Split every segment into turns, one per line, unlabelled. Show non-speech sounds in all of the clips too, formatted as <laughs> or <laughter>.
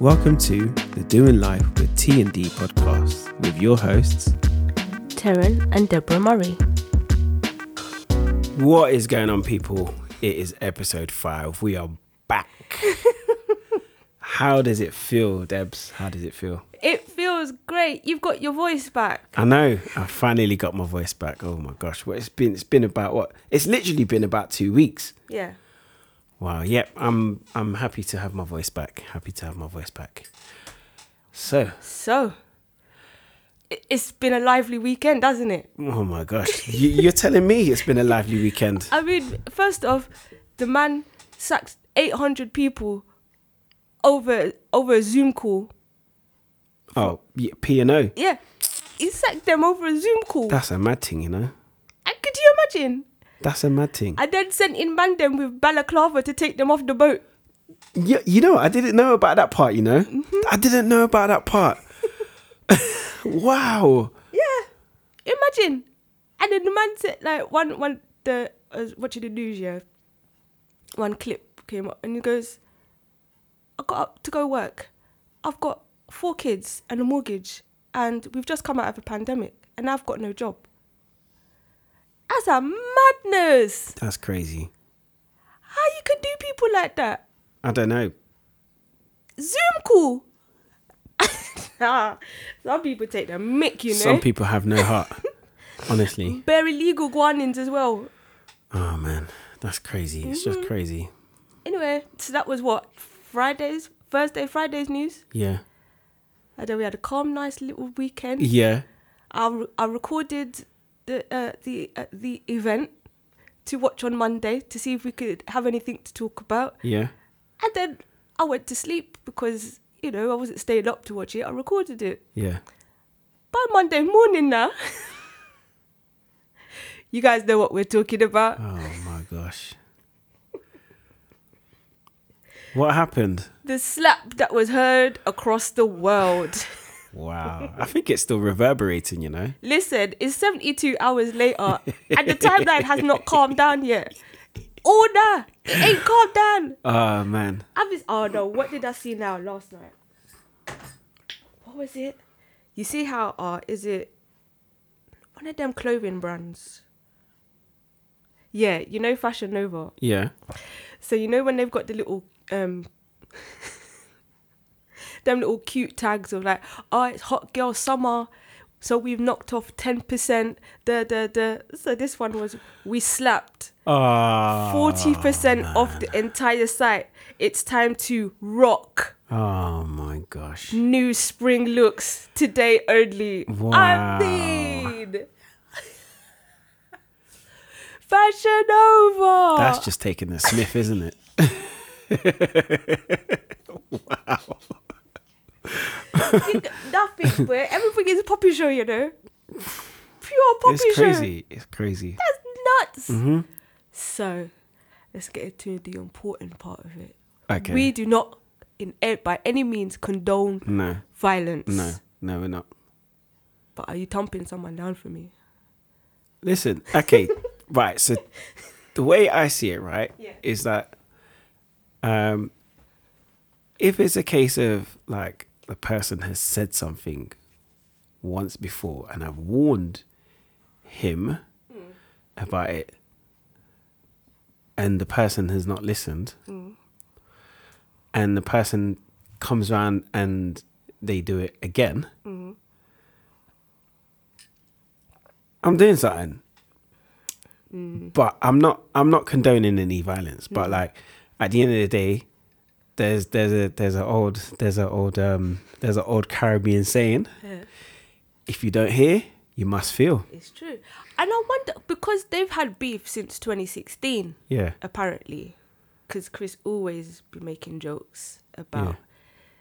Welcome to the Doing Life with T and D podcast with your hosts.
Taryn and Deborah Murray.
What is going on, people? It is episode five. We are back. <laughs> How does it feel, Debs? How does it feel?
It feels great. You've got your voice back.
I know I finally got my voice back. Oh my gosh, what it's been? It's been about what? It's literally been about two weeks.
Yeah.
Wow. Yep. I'm. I'm happy to have my voice back. Happy to have my voice back. So,
So, it- it's been a lively weekend, hasn't it?
oh my gosh, you, you're telling me it's been a lively <laughs> weekend.
I mean, first off, the man sacked 800 people over over a Zoom call.
Oh, yeah, P and O.
Yeah. He sacked them over a Zoom call.
That's a mad thing, you know.
And could you imagine?
That's a mad thing.
I then sent in man them with balaclava to take them off the boat.
Yeah, you know, I didn't know about that part. You know,
Mm-hmm.
I didn't know about that part. <laughs> wow.
Yeah. Imagine. And then the man said like one one the uh, I was watching the news, yeah. One clip came up and he goes, I got up to go work. I've got four kids and a mortgage and we've just come out of a pandemic and I've got no job. That's a madness.
That's crazy.
How you can do people like that?
I don't know.
Zoom call. <laughs> Nah, Some people take the mick, you know.
Some people have no
<laughs>
heart. Honestly.
Bare illegal guanins as well.
Oh man, that's crazy. It's
Mm-hmm.
just crazy.
Anyway, so that was what Friday's Thursday, Friday's news.
Yeah.
And then we had a calm, nice little weekend.
Yeah.
I, re- I recorded the uh, the uh, the event to watch on Monday to see if we could have anything to talk about.
Yeah.
And then I went to sleep because you know I wasn't staying up to watch it. I recorded it
Yeah.
by Monday morning. Now <laughs> you guys know what we're talking about.
Oh my gosh. What happened?
The slap that was heard across the world. <laughs>
Wow. I think it's still reverberating, you know.
Listen, it's 72 hours later and the timeline has not calmed down yet. Oh, nah, it ain't calmed down.
Oh man.
I was, oh no, what did I see now last night? What was it? You see how, uh, is it one of them clothing brands? Yeah, you know Fashion Nova.
Yeah.
So you know when they've got the little um <laughs> them little cute tags of like, oh it's hot girl summer. So we've knocked off ten percent. Da da da. So this one was we slapped
Oh.
forty percent off the entire site. It's time to rock
Oh my gosh.
new spring looks today only.
Wow.
I mean, <laughs> fashion over.
That's just taking the sniff, isn't it?
think
<laughs>
nothing, but everything is a poppy show, you know. Pure poppy
It's
show.
crazy. Mm-hmm. It's crazy.
That's nuts. So, let's get into the important part of it.
Okay.
We do not, in a- by any means, condone
no,
violence.
no, no, we're not.
But are you thumping someone down for me?
Listen, okay, right. So the way I see it, right,
Yeah.
is that um, if it's a case of like the person has said something once before, and I've warned him about it, and the person has not listened, and the person comes around and they do it again. I'm doing something. But I'm not I'm not condoning any violence. But
Hmm.
like at the end of the day, there's there's a there's an old there's an old um there's an old Caribbean saying
Yeah.
if you don't hear, you must feel.
It's true. And I wonder, because they've had beef since 2016.
Yeah.
apparently, because Chris always be making jokes about
Yeah.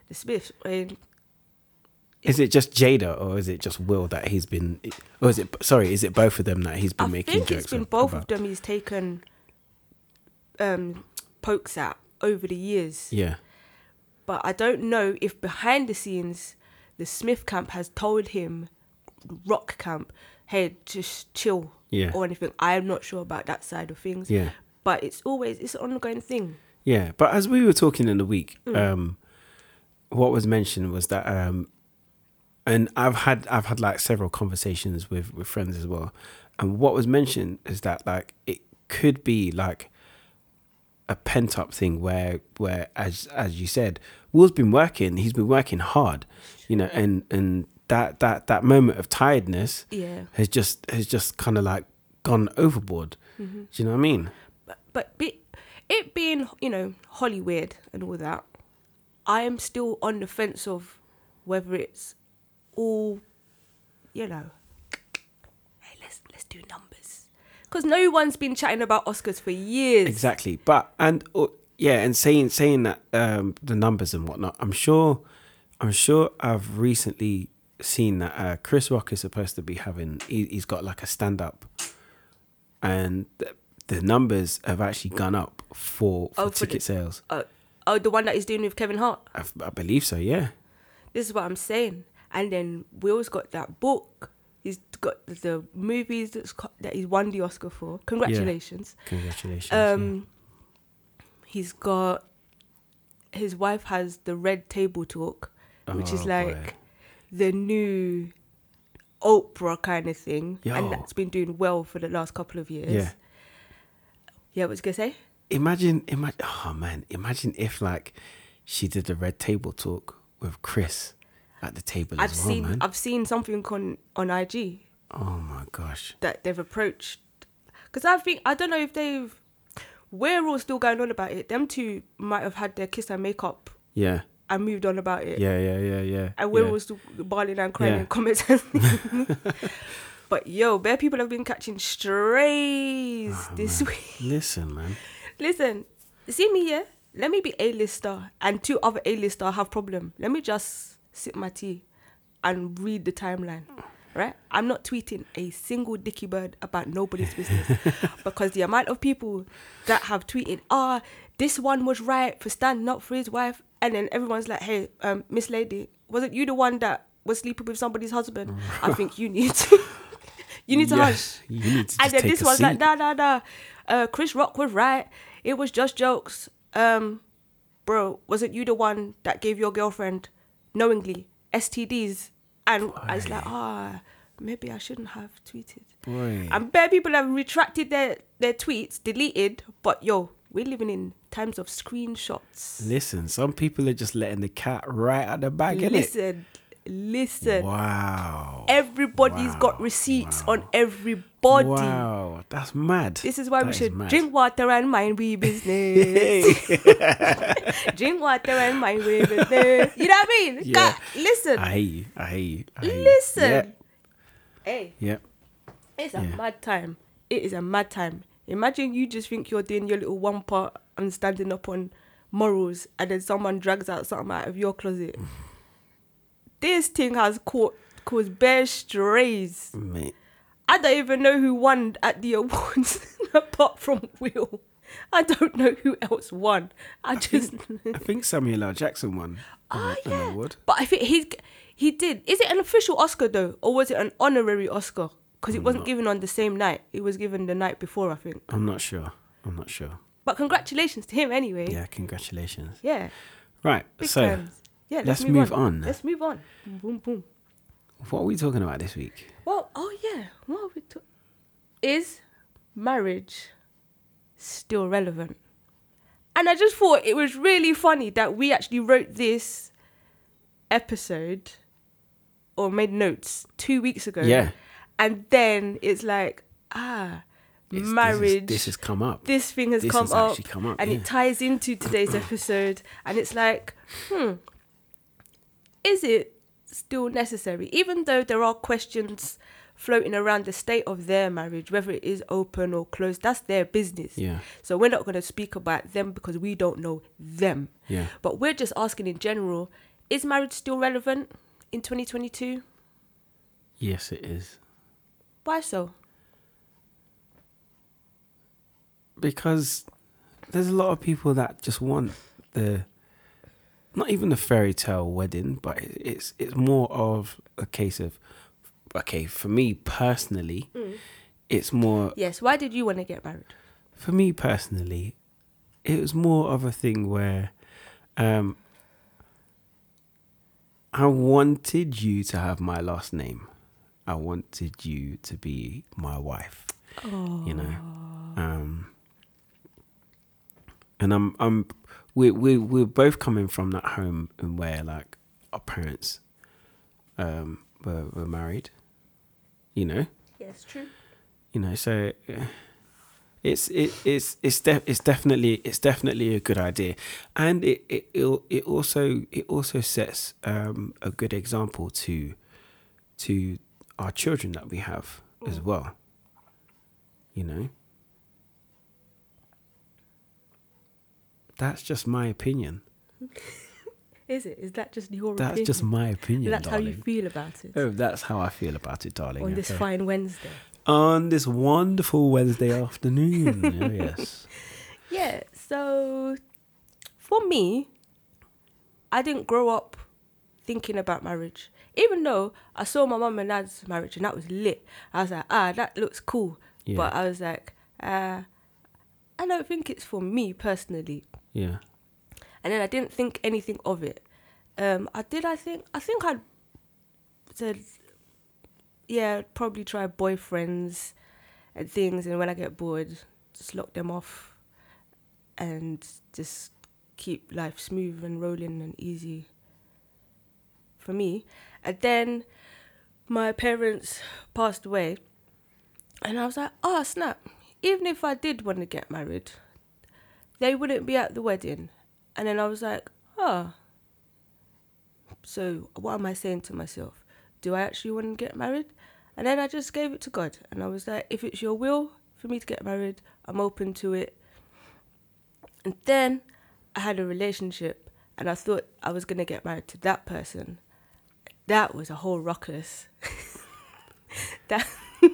the Smiths. And
Is it just Jada or is it just Will that he's been or is it sorry, is it both of them that he's been
I
making
think
jokes
it's been both
about?
of them he's taken um, pokes at over the years.
Yeah.
But I don't know if behind the scenes, the Smith camp has told him, Rock camp, hey, just chill
Yeah.
or anything. I'm not sure about that side of things.
Yeah.
But it's always, it's an ongoing thing.
Yeah, but as we were talking in the week, um, what was mentioned was that um and I've had I've had like several conversations with with friends as well. And what was mentioned is that like it could be like a pent up thing where where as as you said, Will's been working, he's been working hard, you know, and and that that that moment of tiredness
Yeah.
has just has just kind of like gone overboard. Do you know what I mean?
but but be, it being you know Hollywood and all that, I am still on the fence of whether it's all, you know, hey let's let's do numbers, because no one's been chatting about Oscars for years.
Exactly. But and uh, yeah, and saying saying that um, the numbers and whatnot, I'm sure, I'm sure I've recently seen that uh, Chris Rock is supposed to be having. He, he's got like a stand up, and the, the numbers have actually gone up for for
Oh, for the-
ticket sales.
Uh, oh, the one that he's doing with Kevin Hart.
I, I believe so. Yeah.
This is what I'm saying. And then Will's got that book. He's got the, the movies that's co- that he's won the Oscar for. Congratulations.
Congratulations. yeah.
Um, he's got his wife has the red table talk, which
Oh,
is
boy.
like the new Oprah kind of thing,
Yo.
and that's been doing well for the last couple of years.
Yeah.
yeah. What was you gonna say?
Imagine, imagine. Oh man, imagine if like she did the red table talk with Chris at the table
I've
as well,
seen
man.
I've seen something on on IG
oh my gosh.
that they've approached, because I think I don't know if they've. We're all still going on about it. Them two might have had their kiss and makeup
Yeah.
and moved on about it.
Yeah, yeah, yeah, yeah.
and we
yeah.
were still bawling and crying
Yeah.
in comments. and things. <laughs> but yo, bare people have been
<laughs>
catching strays
Oh,
this week.
Listen, man.
Listen, see me here. Let me be a lister, and two other a lister have problem. Let me just sip my tea and read the timeline. Right, I'm not tweeting a single dicky bird about nobody's business because the amount of people that have tweeted, ah, this one was right for standing up for his wife, and then everyone's like, hey, um, Miss Lady, wasn't you the one that was sleeping with somebody's husband? I think you need to, <laughs> you need to
Yeah,
hush
<laughs> You need to just
and then
take
this
a
one's like,
seat.
nah, nah, nah. Uh, Chris Rock was right. It was just jokes. Um, bro, wasn't you the one that gave your girlfriend knowingly STDs? And I was like, ah, maybe I shouldn't have tweeted.
Boy.
And bare people have retracted their, their tweets, deleted. But yo, we're living in times of screenshots.
Listen, some people are just letting the cat right out the bag, innit?
Listen, listen.
Wow.
Everybody's
Wow.
got receipts on everybody.
Wow. That's mad.
This is why
That
we should
mad.
drink water and mind we business.
<laughs>
<laughs> drink water and mind we business. You know what I mean?
Yeah.
Ca- listen,
I hate you. I hate you. I hear you.
listen.
Yep.
Hey,
yep.
it's a
Yeah.
mad time. It is a mad time. Imagine you just think you're doing your little one part and standing up on morals, and then someone drags out something out of
<sighs>
your closet. this thing has caught caused bear strays.
Mate.
I don't even know who won at the <laughs> awards apart from Will. I don't know who else won. I just, <laughs>
I think Samuel L. Jackson won
oh
an
yeah,
award.
but I think he he did. Is it an official Oscar though, or was it an honorary Oscar? Because it wasn't given on the same night. It was given the night before, I think.
I'm not sure. I'm not sure.
But congratulations to him anyway.
Yeah, congratulations.
yeah
Right,
big
so
times. Yeah, let's,
let's
move,
move
on.
on.
Let's move on. Boom, boom, boom.
what are we talking about this week?
Well, oh yeah. What are we to- is marriage still relevant? And I just thought it was really funny that we actually wrote this episode or made notes two weeks ago.
Yeah.
And then it's like, ah,
It's- this is-
marriage
This has come up.
this thing has
This
come,
has
up,
actually come up,
and
yeah.
it ties into today's episode and it's like hmm is it still necessary even though there are questions floating around the state of their marriage whether it is open or closed that's their business
Yeah.
so we're not going to speak about them because we don't know them
Yeah.
but we're just asking in general is marriage still relevant in 2022
Yes, it is.
why so
because there's a lot of people that just want the not even the fairy tale wedding, but it- it's it's more of a case of okay for me personally, it's more
yes why did you want to get married
for me personally, it was more of a thing where um, I wanted you to have my last name. I wanted you to be my wife. You know, um, and I'm I'm we we we're both coming from that home and where like our parents um were, were married. You know,
Yes, true.
you know so uh, it's it, it's it's def- it's definitely it's definitely a good idea and it it it'll- it also it also sets um a good example to to our children that we have as
Mm.
well you know that's just my opinion
Is it? Is that just your
that's
opinion?
just my opinion
That's
darling.
how you feel about it
oh that's how i feel about it darling
on this
okay?
fine Wednesday.
on this wonderful wednesday afternoon
<laughs>
oh yes
Yeah, so for me, I didn't grow up thinking about marriage. Even though I saw my mum and dad's marriage and that was lit. I was like, ah, that looks cool.
Yeah.
But I was like, uh, I don't think it's for me personally.
yeah
And then I didn't think anything of it. Um, I did, I think, I think I said, yeah, probably try boyfriends and things. And when I get bored, just lock them off and just keep life smooth and rolling and easy for me. And then my parents passed away, and I was like, oh snap, even if I did want to get married, they wouldn't be at the wedding. And then I was like, oh, so what am I saying to myself? Do I actually want to get married? And then I just gave it to God, and I was like, if it's your will for me to get married, I'm open to it. And then I had a relationship and I thought I was going to get married to that person. That was a whole ruckus. <laughs> that <laughs> and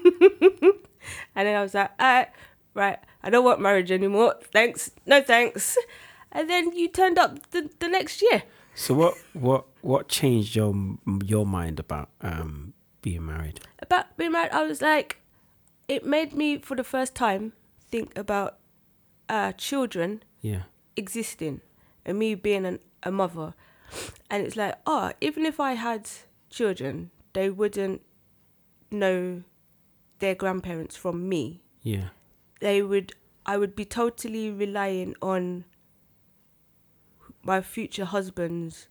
then I was like, all right, right, I don't want marriage anymore. Thanks. No thanks. And then you turned up the, the next year.
So what what what changed your your mind about um being married?
about being married, I was like, it made me for the first time think about uh, children
Yeah.
existing and me being an, a mother. And it's like, oh, even if I had children, they wouldn't know their grandparents from me.
Yeah.
They would, I would be totally relying on my future husband's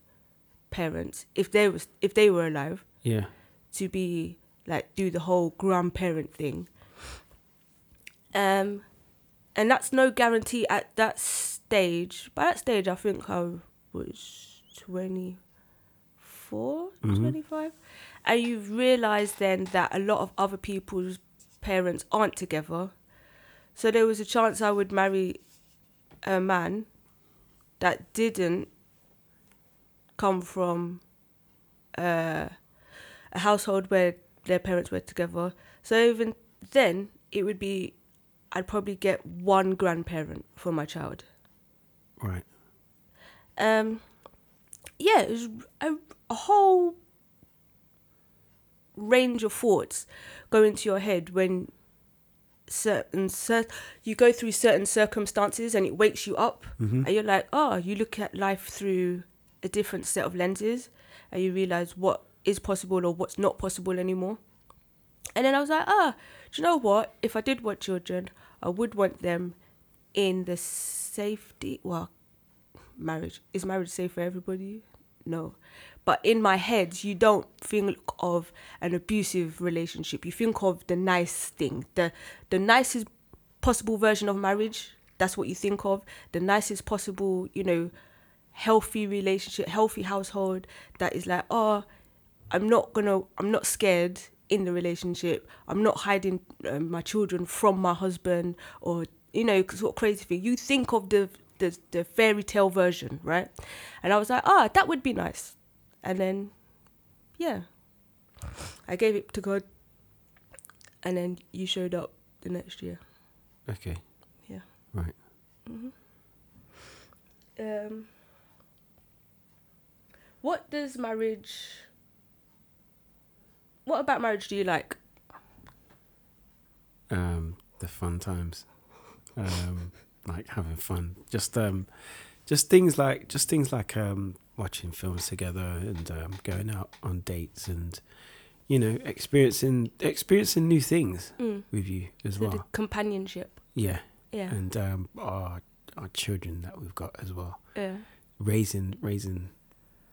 parents if they was if they were alive
Yeah.
to be like do the whole grandparent thing. Um, and that's no guarantee at that stage. By that stage, I think I was 24, 25. And you realise then that a lot of other people's parents aren't together. So there was a chance I would marry a man that didn't come from uh, a household where their parents were together. So even then, it would be, I'd probably get one grandparent for my child.
Right.
Um, yeah, it was a, a whole range of thoughts go into your head when certain cir- you go through certain circumstances and it wakes you up and you're like oh you look at life through a different set of lenses and you realize what is possible or what's not possible anymore and then i was like ah do you know what if i did want children i would want them in the safety well marriage is marriage safe for everybody no but in my head you don't think of an abusive relationship you think of the nice thing the the nicest possible version of marriage that's what you think of the nicest possible you know healthy relationship healthy household that is like oh i'm not gonna i'm not scared in the relationship i'm not hiding um, my children from my husband or you know sort of crazy thing you think of the the, the fairy tale version right and i was like ah that would be nice and then yeah i gave it to god and then you showed up the next year
Okay.
Yeah.
Right.
um, what does marriage what about marriage do you like
Um the fun times. Um like having fun. Just um just things like just things like um watching films together and um, going out on dates and you know experiencing experiencing new things
Mm.
with you as
So the
well.
companionship.
Yeah,
Yeah.
and um, our our children that we've got as well,
yeah.
raising raising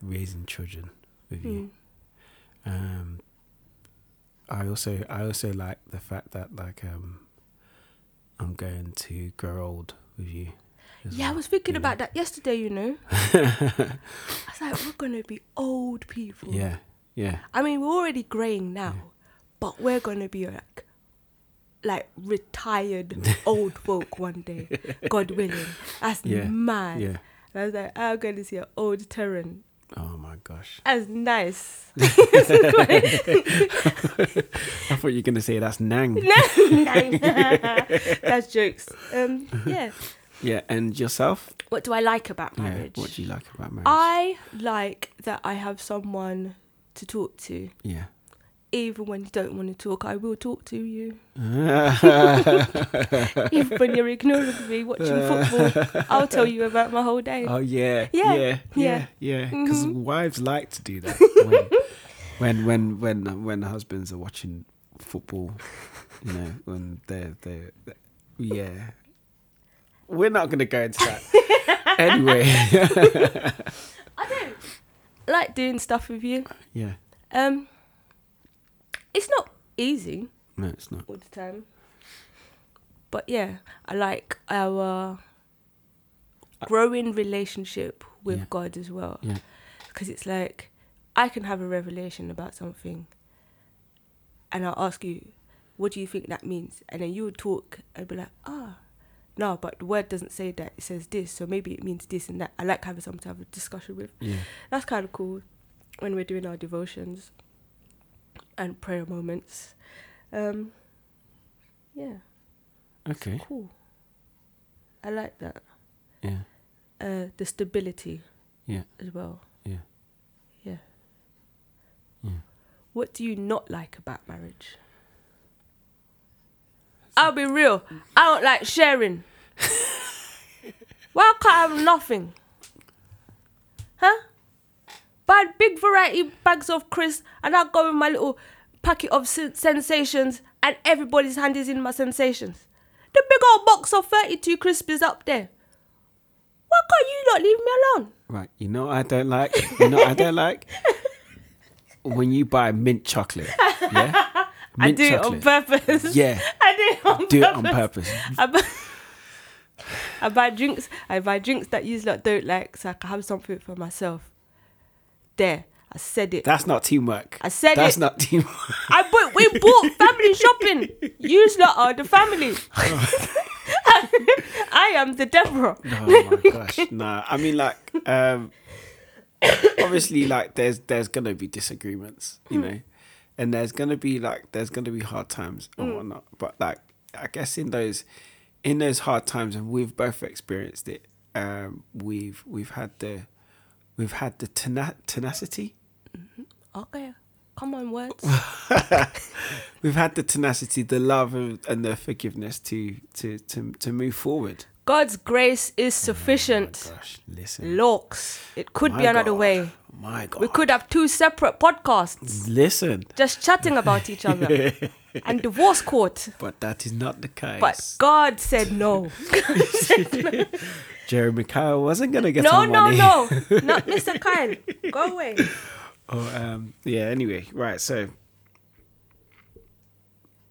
raising children with you.
Mm.
Um, I also I also like the fact that like um, I'm going to grow old with you. as
Yeah, I
well,
was thinking
you know.
about that yesterday, you
<laughs>
know. I was like, we're going to be old people.
Yeah, yeah,
I mean, we're already graying now, but we're going to be like, like retired
<laughs>
old folk one day, God willing. That's
Yeah,
mad.
yeah.
And I was like, I'm going to see an old Terran.
Oh my
<laughs>
gosh!
That's nice.
<laughs>
<laughs>
I thought you were gonna say that's Nang.
That's jokes. Um, yeah.
Yeah, and yourself?
What do I like about
Yeah,
marriage?
What do you like about marriage?
I like that I have someone to talk to. <laughs>
yeah.
Even when you don't want to talk, I will talk to you. Even when you're ignoring me watching
<laughs>
football, I'll tell you about my whole day.
oh yeah.
Yeah,
Yeah. Yeah.
yeah.
Yeah. Because
Mhm.
wives like to do
<laughs>
that when, when when when when husbands are watching football, you know, when they're they are yeah. We're not gonna go into that.
<laughs>
anyway.
like doing stuff with you.
yeah.
Um, it's not easy
No, it's not.
all the time, but yeah, I like
Uh,
our growing relationship with
Yeah.
God as well.
Yeah.
because it's like I can have a revelation about something, and I'll ask you, "What do you think that means?" And then you would talk and be like, "Ah, no, but the word doesn't say that; it says this, so maybe it means this and that." I like having some type of discussion with.
Yeah.
That's kind of cool when we're doing our devotions and prayer moments. Um, yeah,
Okay.
cool. I like that.
Yeah.
Uh, the stability.
Yeah.
As well.
Yeah.
Yeah.
Yeah.
What do you not like about marriage? I'll be real. I don't like sharing. Why can't I have nothing? Huh? Buy big variety bags of crisps and I go with my little packet of sen- sensations and everybody's hand is in my sensations. The big old box of 32 crisps is up there. Why can't you not leave me alone?
Right. You know what I don't like? You know what I don't
<laughs>
like? When you buy mint chocolate. Yeah.
<laughs> I do it on purpose.
Yeah.
<laughs> I do it on
Do it
purpose.
on purpose.
<laughs> I buy, I buy drinks. I buy drinks that you lot don't like, so I can have something for myself. There, I said it.
That's not teamwork.
I said
That's
it.
not teamwork.
I bought. We bought family shopping. You lot are
<laughs>
the family. I am the Deborah.
<laughs>
<laughs>
oh my gosh. Nah. I mean like um obviously like there's there's gonna be disagreements, you
Hmm.
know. And there's gonna be like there's gonna be hard times and
Hmm.
whatnot. But like I guess in those in those hard times and we've both experienced it, um we've we've had the we've had the tena- tenacity.
Okay, come on, words.
We've had the tenacity, the love and, and the forgiveness to to to to move forward.
God's grace is sufficient.
Gosh, listen.
Looks, it could
My
be another
God.
way.
My God.
We could have two separate podcasts.
listen,
just chatting about
<laughs>
each other and divorce court.
but that is not the case.
But God said no.
Jeremy Kyle wasn't gonna get
no,
our
no,
money. <laughs>
no. Not Mr. Kyle. Go away.
Oh, um, yeah. Anyway, right. So,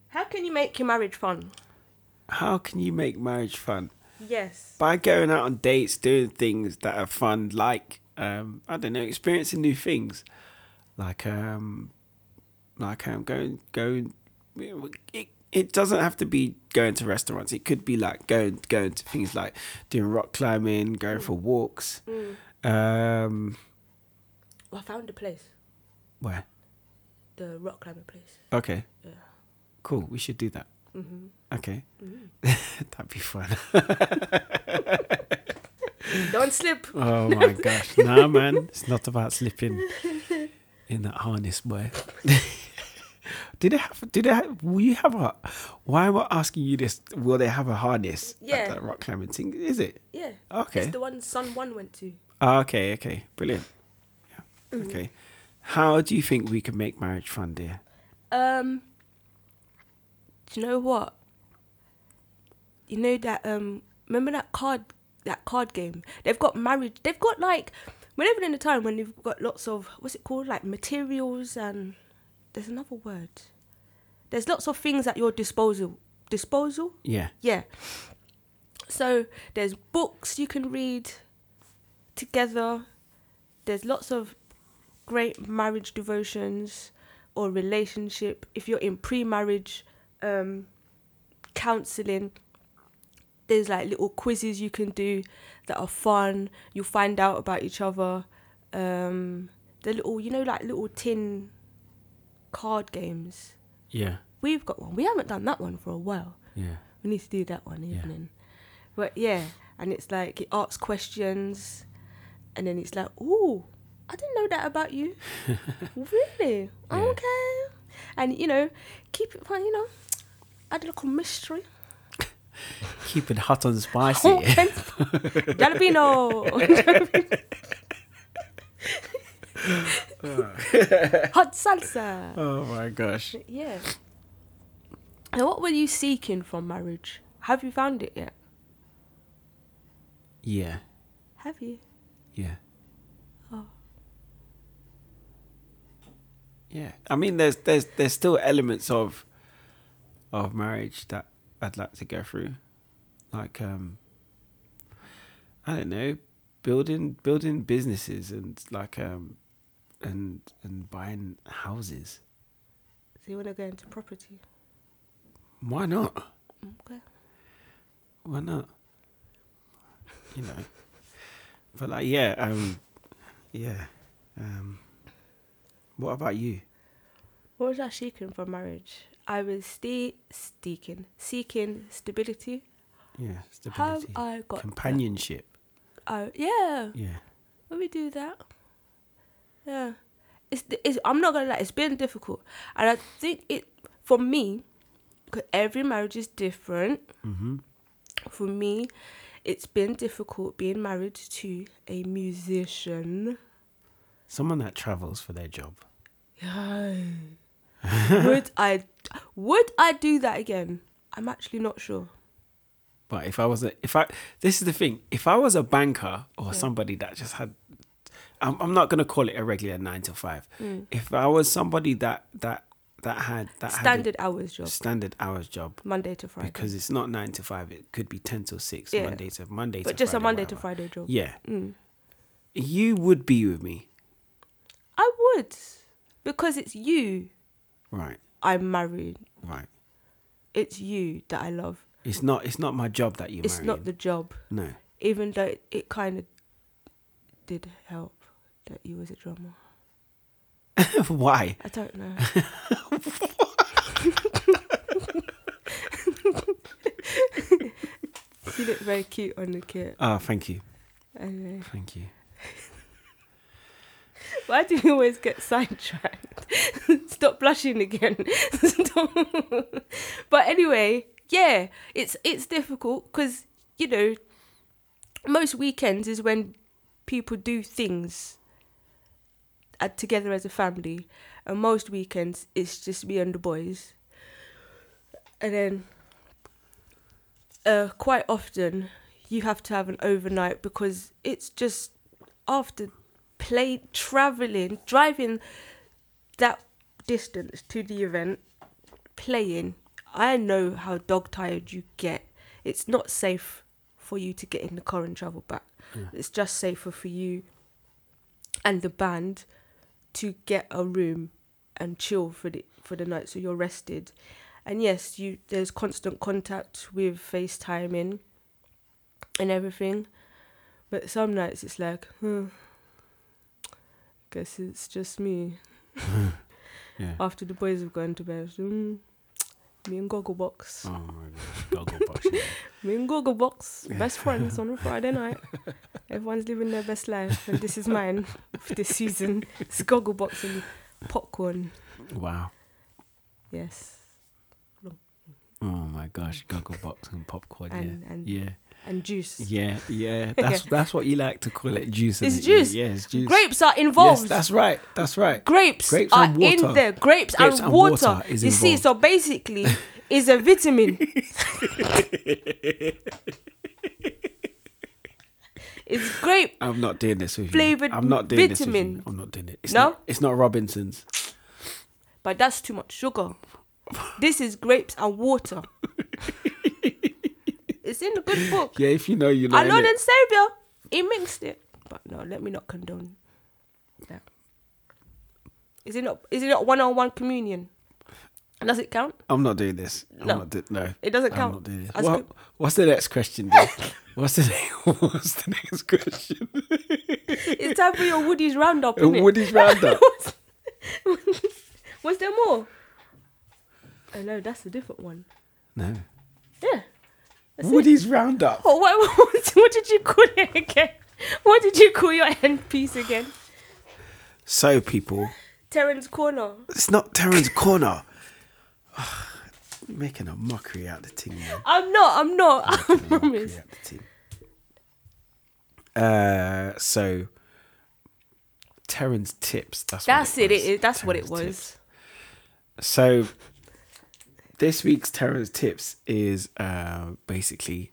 How can you make your marriage fun?
how can you make marriage fun?
Yes.
By going out on dates, doing things that are fun, like um, I don't know, experiencing new things, like um, like um, going going. It, it doesn't have to be going to restaurants. It could be like going going to things like doing rock climbing, going for walks. Um,
Well, I found the place,
where?
the rock climbing place.
Okay.
Yeah.
Cool. We should do that. Okay. <laughs> That'd be fun.
Don't slip.
Oh my gosh. Nah, man. It's not about slipping in that harness way. <laughs> Did they have? Did they have? Will you have a? Why am I asking you this? Will they have a harness? at
Yeah.
that rock climbing thing. Is it?
Yeah.
Okay.
It's the one Son One went to.
Ah, okay. Okay. Brilliant. Okay. How do you think we can make marriage fun, dear?
Um, do you know what? You know that um, remember that card that card game? They've got marriage. They've got like we're living in a time when they've got lots of what's it called like materials and there's another word. There's lots of things at your disposal. Disposal.
Yeah.
Yeah. So there's books you can read together. There's lots of great marriage devotions or relationship. If you're in pre-marriage um, counseling, there's like little quizzes you can do that are fun. You'll find out about each other. Um, the little, you know, like little tin card games.
Yeah.
We've got one. We haven't done that one for a while.
Yeah.
We need to do that one
Yeah.
evening. But yeah, and it's like it asks questions, and then it's like, ooh, I didn't know that
<laughs>
about you. really?
Yeah.
Okay. And you know, keep it fun. You know, add a little mystery.
Keep it hot and spicy.
<laughs> Okay.
<laughs>
Jalapeno. Hot salsa.
oh my gosh.
Yeah. And what were you seeking from marriage? Have you found it yet?
Yeah.
Have you?
Yeah.
Oh.
Yeah. I mean there's there's there's still elements of of marriage that I'd like to go through. Like um I don't know, building building businesses and like um and and buying houses.
So you want to go into property?
Why not?
Okay.
Why not? You know. But like yeah, um yeah. Um what about you?
What was I seeking for marriage? I was ste- seeking, seeking stability.
Yeah,
How
stability.
Have I got
companionship.
That? Oh yeah,
Yeah.
let me do that. Yeah, it's, it's I'm not gonna lie, it's been difficult, and I think it for me, 'cause every marriage is different.
Mhm.
For me, it's been difficult being married to a musician.
Someone that travels for their job.
would I would I do that again? I'm actually not sure.
But if I was a, if I, this is the thing. If I was a banker or somebody that just had, I'm, I'm not gonna call it a regular nine to five.
Mm.
If I was somebody that that that had that
Standard hours
had a
job,
standard hours job
Monday to Friday.
because it's not nine to five. It could be ten till six.
Yeah.
Monday to Monday.
but
to
just
Friday,
a Monday to
whatever.
Friday job.
Yeah,
Mm.
you would be with me,
I would because it's you
right?
I'm married.
Right.
It's you that I love.
It's not. It's not my job that you.
it's not the job,
no.
even though it, it kind of did help that you was a drummer.
<laughs> Why?
I don't know. <laughs> she looked very cute on the kit.
Ah, thank you.
Anyway.
Thank you.
<laughs> Why do we always get sidetracked? <laughs> Stop blushing again. <laughs> Stop. but anyway, yeah, it's it's difficult because you know most weekends is when people do things uh, together as a family, and most weekends it's just me and the boys. And then, uh, quite often you have to have an overnight because it's just after play traveling, driving that distance to the event, playing. I know how dog tired you get. It's not safe for you to get in the car and travel back. It's just safer for you and the band to get a room and chill for the for the night so you're rested. And yes, you there's constant contact with FaceTiming and everything. But some nights it's like, hmm, guess it's just me.
Yeah.
After the boys have gone to bed, mm, me and Goggle Box.
Oh my god. Goggle box.
Me and Goggle Box, best friends
<laughs>
on a Friday night. Everyone's living their best life, and this is mine for this season. It's Goggle Box and popcorn.
Wow.
Yes.
Oh my gosh. Goggle box and popcorn.
And-
yeah.
and-
yeah.
and juice.
Yeah,
<laughs>
yeah. That's that's what you like to call it, juice.
It's
isn't it?
juice.
Yeah, it's juice.
Grapes are
Yes,
involved.
that's right. That's right.
grapes,
Grapes
are
and water.
in there. Grapes,
Grapes
and,
and
water.
water is
you see,
involved.
so basically, it's
<laughs>
a vitamin. it's grape.
I'm not doing this with you.
Flavored
I'm not doing this with
vitamin.
you. I'm not doing it. It's
No?
Not, it's not Robinson's.
but that's too much sugar. This is grapes and water. it's in the good book.
Yeah, if you know, you know.
Our Lord
innit?
and Savior, He mixed it. But no, let me not condone that. Is it not? Is it not one-on-one communion? Does it count?
I'm not doing this. I'm
No.
not do- no.
It doesn't
I'm
count.
not doing this.
As
What-
good-
what's the next question?
<laughs>
Then? what's the ne- What's the next <laughs> question? <laughs>
It's time for your Woody's roundup. Isn't it?
Woody's
<laughs>
roundup.
Was there more? Oh no, that's a different one.
no.
Yeah. That's it.
Woody's roundup.
Oh, what, <laughs> what, what did you call it again? What did you call your end piece again?
So people,
Terran's corner.
it's not Terran's corner. You're making a mockery out of the thing, man.
I'm not. I'm not. <laughs> I
Mockery
promise.
out the thing. Uh, so Terran's tips. That's
That's
what
it.
it.
It
was.
is. That's what it
Terran's tips.
was.
So this week's Terrence tips is uh, basically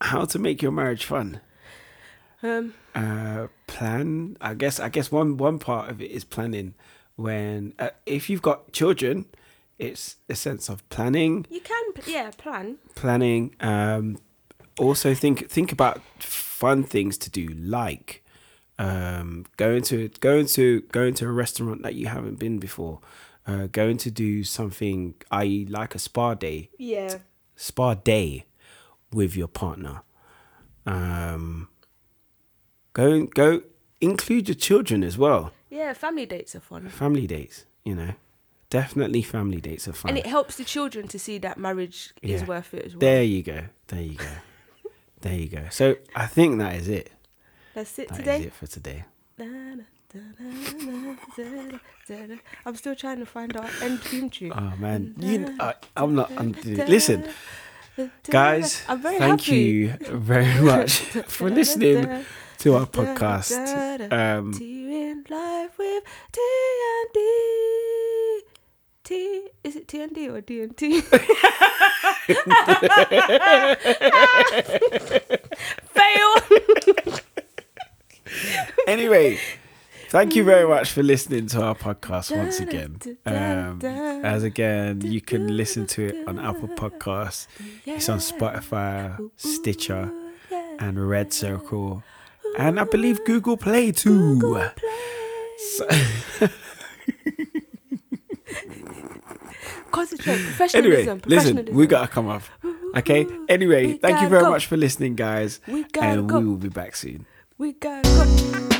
how to make your marriage fun.
Um,
Uh, plan. I guess. I guess one one part of it is planning. When uh, if you've got children, it's a sense of planning.
you can. p- Yeah, plan.
Planning. Um, also think think about fun things to do, like um, going to going to going to a restaurant that you haven't been before. Uh, going to do something, i.e., like a spa day
Yeah.
spa day with your partner. Um, go go include your children as well.
Yeah. Family dates are fun,
Family dates, you know, definitely family dates are fun.
and it helps the children to see that marriage is
Yeah.
worth it as well.
there you go, there you go, there you go. So I think that is it.
That's it
That is
today.
it for today.
I'm still trying to find our end theme tune.
Oh
<laughs>
man, you, I, I'm not. I'm listen, guys.
I'm very
thank
happy.
you
<laughs>
very much for listening to our podcast. Um,
Tea in life with T and D. T is it T and D or D and T? Fail.
anyway, thank you very much for listening to our podcast once again. Um, as again, you can listen to it on Apple Podcasts, it's on Spotify, Stitcher, and Red Circle, and I believe Google Play too. So-
Concentrate. Professionalism.
anyway, listen,
professionalism.
we gotta come off. Okay. Anyway,
We
thank you
gotta
very
go.
much for listening, guys,
We gotta
and
go.
we will be back soon.
We got.